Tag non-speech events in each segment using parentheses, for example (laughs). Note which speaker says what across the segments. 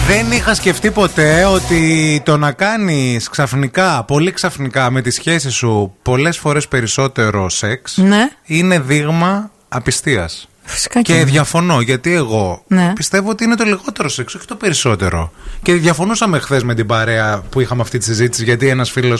Speaker 1: Δεν είχα σκεφτεί ποτέ ότι το να κάνεις ξαφνικά, πολύ ξαφνικά με τη σχέση σου πολλές φορές περισσότερο σεξ
Speaker 2: Ναι.
Speaker 1: είναι δείγμα απιστίας.
Speaker 2: Φυσικά
Speaker 1: Και
Speaker 2: είναι.
Speaker 1: διαφωνώ, γιατί εγώ
Speaker 2: Ναι.
Speaker 1: πιστεύω ότι είναι το λιγότερο σεξ, όχι το περισσότερο. Και διαφωνούσαμε χθες με την παρέα που είχαμε αυτή τη συζήτηση, γιατί ένας φίλος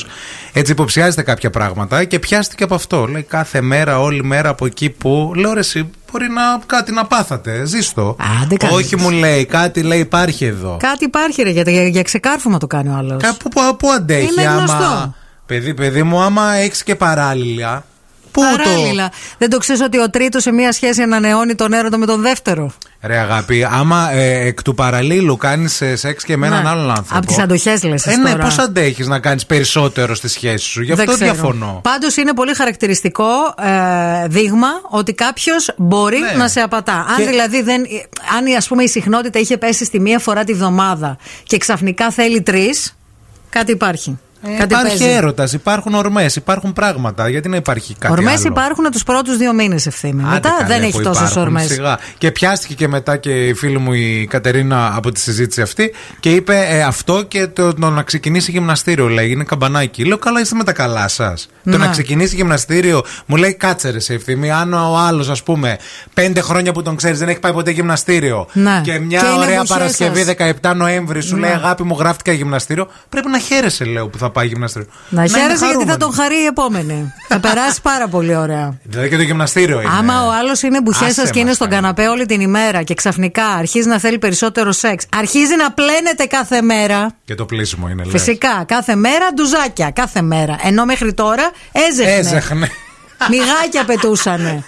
Speaker 1: έτσι υποψιάζεται κάποια πράγματα και πιάστηκε από αυτό. Λέει κάθε μέρα, όλη μέρα από εκεί που. Λέω ρε, εσύ μπορεί να κάτι να πάθατε, ζήστο.
Speaker 2: Άντε, καλέ.
Speaker 1: όχι, μου λέει, κάτι λέει υπάρχει εδώ.
Speaker 2: Κάτι υπάρχει ρε, για, για, για ξεκάρφωμα το κάνει ο άλλος.
Speaker 1: Κάπου που, που αντέχει,
Speaker 2: Είναι γνωστό.
Speaker 1: άμα. Παιδί, παιδί μου, άμα έχεις και παράλληλα. Πού
Speaker 2: Παράλληλα. Δεν το ξέρεις ότι ο τρίτος σε μία σχέση ανανεώνει τον έρωτα με τον δεύτερο.
Speaker 1: Ρε αγάπη, άμα ε, εκ του παραλίλου κάνεις σεξ και με
Speaker 2: Ναι.
Speaker 1: έναν άλλον άνθρωπο.
Speaker 2: Απ' τις αντοχές λες
Speaker 1: Ε,
Speaker 2: εσύ
Speaker 1: ναι,
Speaker 2: τώρα.
Speaker 1: πώς αντέχεις να κάνεις περισσότερο στη σχέση σου. Γι' αυτό διαφωνώ.
Speaker 2: Πάντως είναι πολύ χαρακτηριστικό ε, δείγμα ότι κάποιος μπορεί
Speaker 1: Ναι.
Speaker 2: να σε απατά. Αν
Speaker 1: Και-
Speaker 2: δηλαδή δεν. ε, Αν η- ας πούμε η συχνότητα είχε πέσει στη μία φορά τη βδομάδα και ξαφνικά θέλει τρεις, κάτι υπάρχει. κάτι
Speaker 1: Ε, υπάρχει
Speaker 2: παίζει.
Speaker 1: έρωτας, υπάρχουν ορμές, υπάρχουν πράγματα. Γιατί να υπάρχει κάτι
Speaker 2: Ορμές
Speaker 1: άλλο.
Speaker 2: υπάρχουν τους πρώτους δύο μήνες ευθύμη.
Speaker 1: Άντε
Speaker 2: Μετά
Speaker 1: καλέ
Speaker 2: δεν
Speaker 1: που
Speaker 2: έχει
Speaker 1: υπάρχουν,
Speaker 2: τόσε ορμές.
Speaker 1: σιγά. Και πιάστηκε και μετά και η φίλη μου η Κατερίνα από τη συζήτηση αυτή και είπε ε, αυτό και το, το να ξεκινήσει γυμναστήριο. Λέει είναι καμπανάκι. Λέω καλά είστε με τα καλά σας. Το
Speaker 2: Ναι.
Speaker 1: να ξεκινήσει γυμναστήριο μου λέει κάτσε ρε σε ευθύμη. Αν ο άλλος ας πούμε πέντε χρόνια που τον ξέρεις δεν έχει πάει ποτέ γυμναστήριο
Speaker 2: Ναι.
Speaker 1: και μια
Speaker 2: Και είναι
Speaker 1: ωραία
Speaker 2: βουσέ
Speaker 1: Παρασκευή
Speaker 2: σας. Ναι.
Speaker 1: 17 Νοέμβρη σου λέει αγάπη μου γράφτηκα γυμναστήριο. Πρέπει να χαίρεσαι λέω που θα πάει γυμναστήριο.
Speaker 2: Να
Speaker 1: είναι
Speaker 2: χαίρεσαι γιατί θα
Speaker 1: χαρούμενο.
Speaker 2: τον χαρεί η επόμενη. θα περάσει πάρα πολύ ωραία.
Speaker 1: Δηλαδή και το γυμναστήριο είναι.
Speaker 2: Άμα ο άλλος είναι μπουχές
Speaker 1: Άσε
Speaker 2: σας και είναι
Speaker 1: μας,
Speaker 2: στον
Speaker 1: καλέ.
Speaker 2: καναπέ όλη την ημέρα και ξαφνικά αρχίζει να θέλει περισσότερο σεξ, αρχίζει να πλένεται κάθε μέρα.
Speaker 1: Και το πλήσιμο είναι, λες.
Speaker 2: Φυσικά, κάθε μέρα ντουζάκια, κάθε μέρα. Ενώ μέχρι τώρα έζεχνε.
Speaker 1: Έζεχνε.
Speaker 2: Μιγάκια
Speaker 1: (laughs)
Speaker 2: πετούσανε.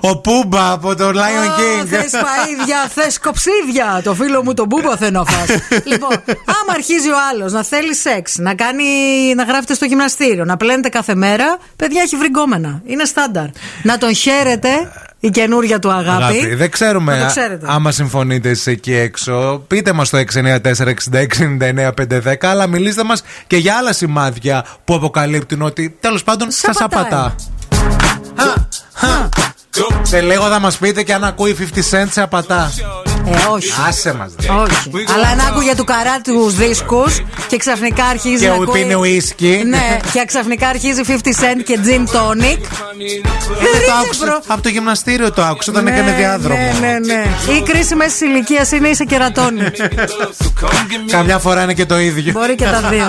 Speaker 1: Ο Πούμπα από το Lion King.
Speaker 2: Θες παίδια, θες κοψίδια. Το φίλο μου τον Μπούμπα θέλω να
Speaker 1: (laughs)
Speaker 2: φας. λοιπόν, άμα αρχίζει ο άλλος να θέλει σεξ, να, κάνει, να γράφεται στο γυμναστήριο, να πλένετε κάθε μέρα, παιδιά έχει βρυγκόμενα. Είναι στάνταρ. Να τον χαίρετε η καινούρια του αγάπη.
Speaker 1: Αγάπη, δεν ξέρουμε
Speaker 2: Να το
Speaker 1: α-
Speaker 2: ξέρετε.
Speaker 1: άμα συμφωνείτε εσείς εκεί έξω. Πείτε μας το 694-6699-510, αλλά μιλήστε μας και για άλλα σημάδια που αποκαλύπτουν ότι τέλος πάντων
Speaker 2: Σ'
Speaker 1: σας
Speaker 2: απατάει.
Speaker 1: απατά. Χα, χα. Σε λίγο θα μας πείτε και αν ακούει 50 Cent σε απατά.
Speaker 2: Ε, όχι.
Speaker 1: Άσε μας. δε.
Speaker 2: Όχι. Αλλά αν άκουγε του καρά τους δίσκους και ξαφνικά αρχίζει
Speaker 1: Και
Speaker 2: να
Speaker 1: ο-
Speaker 2: ακούει...
Speaker 1: πίνει ουίσκι.
Speaker 2: Ναι, και ξαφνικά αρχίζει 50 Cent και Gin Tonic.
Speaker 1: Δεν το
Speaker 2: Δεν
Speaker 1: άκουσα. Από το γυμναστήριο το άκουσα όταν έκανε διάδρομο.
Speaker 2: Ναι, ναι, ναι. Η κρίση μέση ηλικίας είναι είσαι κερατώνη.
Speaker 1: Καμιά φορά είναι και το ίδιο.
Speaker 2: Μπορεί και τα
Speaker 1: (laughs)
Speaker 2: δύο.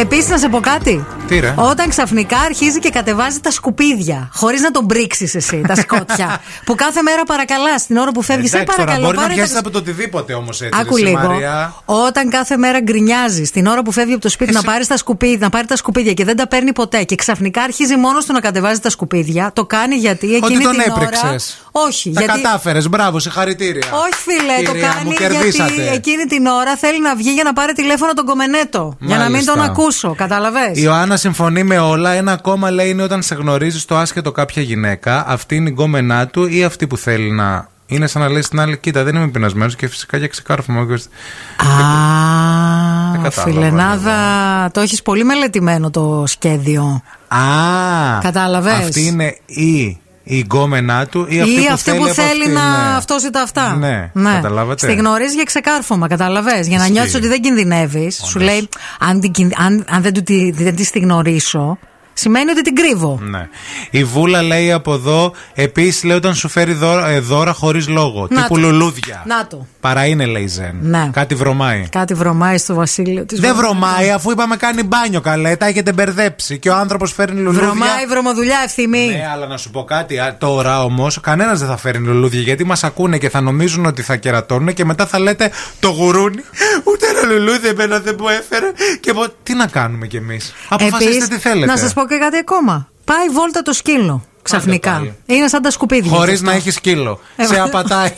Speaker 2: Επίσης, να σε πω κάτι.
Speaker 1: Τι ρε?
Speaker 2: Όταν ξαφνικά αρχίζει και κατεβάζει τα σκουπίδια, χωρίς να τον πρίξεις εσύ, τα σκότια. που κάθε μέρα παρακαλάς την ώρα που φεύγεις. Σε
Speaker 1: Εντάξει, τώρα,
Speaker 2: παρακαλώ,
Speaker 1: μπορεί να
Speaker 2: πάρε
Speaker 1: πιάσει
Speaker 2: τα
Speaker 1: από το οτιδήποτε όμως έτσι.
Speaker 2: Άκου
Speaker 1: ρε, εσύ,
Speaker 2: λίγο.
Speaker 1: Μαρία.
Speaker 2: Όταν κάθε μέρα γκρινιάζει την ώρα που φεύγει από το σπίτι
Speaker 1: Εσύ-
Speaker 2: να, πάρεις τα σκουπίδια, να πάρει τα σκουπίδια και δεν τα παίρνει ποτέ και ξαφνικά αρχίζει μόνος του να κατεβάζει τα σκουπίδια, το κάνει γιατί εκείνη
Speaker 1: Ότι τον
Speaker 2: την ώρα.
Speaker 1: έπρεξες.
Speaker 2: Όχι,
Speaker 1: Τα
Speaker 2: γιατί.
Speaker 1: κατάφερες, μπράβο, συγχαρητήρια.
Speaker 2: Όχι, φίλε, το
Speaker 1: Κυρία μου,
Speaker 2: κάνει
Speaker 1: κερδίσατε.
Speaker 2: γιατί εκείνη την ώρα θέλει να βγει για να πάρει τηλέφωνο τον κομμενέτο. Για να μην
Speaker 1: Μάλιστα.
Speaker 2: τον ακούσω, καταλαβες
Speaker 1: Η Ιωάννα συμφωνεί με όλα. Ένα ακόμα λέει είναι όταν σε γνωρίζεις το άσχετο κάποια γυναίκα, αυτή είναι η γκόμενά του ή αυτή που θέλει να. Είναι σαν να λες στην άλλη, κοίτα, δεν είμαι πεινασμένος και φυσικά για ξεκάρφωμα. Δεν
Speaker 2: Α,
Speaker 1: κατάλαβα, ναι,
Speaker 2: φιλενάδα, το έχεις πολύ μελετημένο το σχέδιο.
Speaker 1: Α,
Speaker 2: Κατάλαβες.
Speaker 1: Αυτή είναι η, η γκόμενά του ή αυτή
Speaker 2: Ή
Speaker 1: που
Speaker 2: αυτή
Speaker 1: θέλει,
Speaker 2: που
Speaker 1: από
Speaker 2: θέλει
Speaker 1: αυτή,
Speaker 2: να
Speaker 1: ναι.
Speaker 2: αυτός ή τα αυτά.
Speaker 1: Ναι, καταλάβατε.
Speaker 2: Στη γνωρίζεις για ξεκάρφωμα, καταλαβέ. Για να
Speaker 1: Ισχύει.
Speaker 2: νιώθεις ότι δεν κινδυνεύεις. Σου λέει, αν, την κιν- αν, αν δεν, του, τη- δεν της γνωρίσω, σημαίνει ότι την κρύβω.
Speaker 1: Ναι. Η Βούλα λέει από εδώ, επίσης λέει όταν σου φέρει δώρα, ε, δώρα χωρίς λόγο.
Speaker 2: Να
Speaker 1: τύπου
Speaker 2: το.
Speaker 1: λουλούδια.
Speaker 2: Να το.
Speaker 1: Παρά είναι, λέει η Ζεν.
Speaker 2: Ναι.
Speaker 1: Κάτι βρωμάει.
Speaker 2: Κάτι βρωμάει στο βασίλειο της.
Speaker 1: Δεν βρωμάει, αφού είπαμε κάνει μπάνιο καλέ. Τα έχετε μπερδέψει. Και ο άνθρωπος φέρνει λουλούδια.
Speaker 2: Βρωμάει βρωμοδουλειά ευθυμή.
Speaker 1: Ναι, αλλά να σου πω κάτι. α, Τώρα όμως, κανένας δεν θα φέρνει λουλούδια γιατί μας ακούνε και θα νομίζουν ότι θα κερατώνουν και μετά θα λέτε το γουρούνι. Ούτε ένα λουλούδι εμένα δεν μου έφερε. Και πω, τι να κάνουμε κι εμείς. Αποφασίστε
Speaker 2: Επίσης,
Speaker 1: τι θέλετε.
Speaker 2: Να σας πω και κάτι ακόμα. Πάει βόλτα το σκύλο ξαφνικά.
Speaker 1: πάλι.
Speaker 2: Είναι σαν τα σκουπίδια.
Speaker 1: Χωρίς
Speaker 2: αυτό.
Speaker 1: να έχει σκύλο.
Speaker 2: Ε,
Speaker 1: Σε
Speaker 2: μα- (laughs)
Speaker 1: απατάει.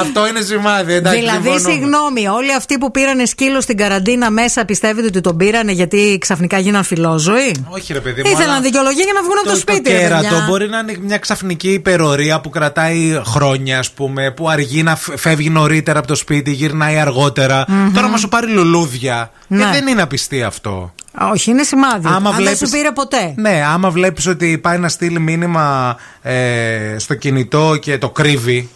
Speaker 1: Αυτό είναι σημάδι, εντάξει.
Speaker 2: Δηλαδή,
Speaker 1: συμφωνούμε.
Speaker 2: συγγνώμη, όλοι αυτοί που πήρανε σκύλο στην καραντίνα μέσα πιστεύετε ότι τον πήρανε γιατί ξαφνικά γίναν φιλόζωοι.
Speaker 1: Όχι, ρε παιδί μου. αλλά
Speaker 2: Ήθελαν δικαιολογία για να βγουν από το, σπίτι.
Speaker 1: Το
Speaker 2: ρε
Speaker 1: κέρατο
Speaker 2: παιδιά.
Speaker 1: μπορεί να είναι μια ξαφνική υπερορία που κρατάει χρόνια, ας πούμε, που αργεί να φ- φεύγει νωρίτερα από το σπίτι, γυρνάει αργότερα. Τώρα μα σου πάρει λουλούδια. Ε,
Speaker 2: Ναι.
Speaker 1: δεν είναι απιστή αυτό.
Speaker 2: Όχι, είναι σημάδι.
Speaker 1: Άμα
Speaker 2: Αν
Speaker 1: βλέπεις-
Speaker 2: δεν σου πήρε ποτέ.
Speaker 1: Ναι, άμα βλέπεις ότι πάει να στείλει μήνυμα ε, στο κινητό και το κρύβει.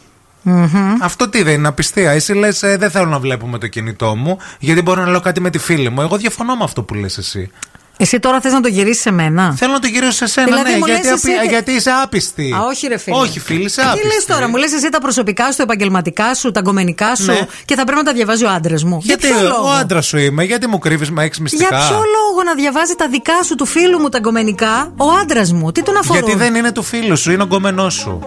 Speaker 1: Αυτό τι δεν είναι απιστία. Εσύ λες, δεν θέλω να βλέπουμε το κινητό μου, γιατί μπορώ να λέω κάτι με τη φίλη μου. Εγώ διαφωνώ με αυτό που λες εσύ.
Speaker 2: Εσύ τώρα θες να το γυρίσεις σε μένα.
Speaker 1: Θέλω να το γυρίσω σε σένα,
Speaker 2: Δηλαδή,
Speaker 1: ναι,
Speaker 2: μου λες
Speaker 1: γιατί,
Speaker 2: εσύ
Speaker 1: απει-
Speaker 2: τι-
Speaker 1: γιατί είσαι άπιστη.
Speaker 2: Α, όχι, ρε φίλε.
Speaker 1: Όχι, φίλη, είσαι άπιστη.
Speaker 2: Τι λες τώρα, μου λες εσύ τα προσωπικά σου, τα επαγγελματικά σου, τα γκομενικά σου
Speaker 1: Ναι.
Speaker 2: και θα πρέπει να τα διαβάζει ο άντρας μου.
Speaker 1: Γιατί
Speaker 2: Για ποιο λόγο?
Speaker 1: ο άντρας σου είμαι, γιατί μου κρύβεις με έξι
Speaker 2: Για
Speaker 1: μυστικά.
Speaker 2: ποιο λόγο να διαβάζει τα δικά σου του φίλου μου τα γκομενικά ο άντρας μου, τι τον αφορούν.
Speaker 1: Γιατί δεν είναι του φίλου σου, είναι ο γκόμενό σου.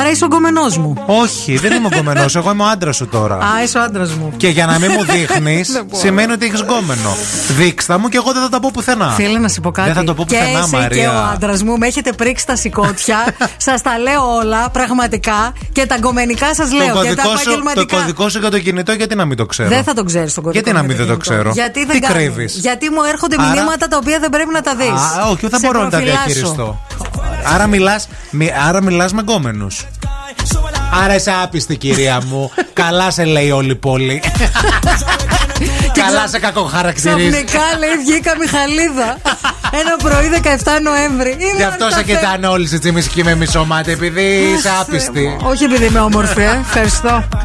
Speaker 2: Άρα είσαι ο γκομενός μου.
Speaker 1: Όχι, δεν είμαι ο γκόμενό, εγώ είμαι ο άντρας σου τώρα.
Speaker 2: Α, είσαι ο άντρας μου.
Speaker 1: Και για να μην
Speaker 2: (laughs)
Speaker 1: μου δείχνει,
Speaker 2: Δεν μπορώ.
Speaker 1: σημαίνει ότι έχεις γκόμενο. Δείξτα μου και εγώ δεν θα τα πω πουθενά.
Speaker 2: Φίλε, να σου πω κάτι.
Speaker 1: Δεν θα το πω
Speaker 2: και
Speaker 1: πουθενά,
Speaker 2: εσύ και
Speaker 1: Μαρία.
Speaker 2: ο άντρας μου με έχετε πρίξει τα σηκώτια.
Speaker 1: (laughs)
Speaker 2: σας τα λέω όλα, πραγματικά. Και τα γκομενικά σας λέω.
Speaker 1: το,
Speaker 2: και τα
Speaker 1: κωδικό σου, το
Speaker 2: επαγγελματικά.
Speaker 1: κωδικό σου για το κινητό, γιατί να μην το ξέρω.
Speaker 2: Δεν θα τον ξέρει τον κωδικό.
Speaker 1: Γιατί να μην
Speaker 2: για
Speaker 1: δεν το
Speaker 2: κινητό.
Speaker 1: ξέρω.
Speaker 2: Γιατί δεν
Speaker 1: Τι
Speaker 2: κάνει.
Speaker 1: κρύβεις?
Speaker 2: Γιατί μου έρχονται
Speaker 1: Άρα-
Speaker 2: μηνύματα τα οποία δεν πρέπει να τα δεις.
Speaker 1: Α, όχι, δεν μπορώ να τα διαχειριστώ. Άρα μιλάς άρα μιλάς με γκόμενου. Άρα είσαι άπιστη, κυρία
Speaker 2: (laughs)
Speaker 1: μου. Καλά σε λέει όλη η πόλη. Καλά σε κακοχαρακτηρίζει.
Speaker 2: Ξαφνικά λέει βγήκα Μιχαλίδα. Ένα πρωί 17 Νοέμβρη.
Speaker 1: Γι' αυτό σε κοιτάνε όλοι σε τσιμισκή με μισό μάτι, επειδή είσαι άπιστη.
Speaker 2: Όχι επειδή είμαι όμορφη, ε. ευχαριστώ.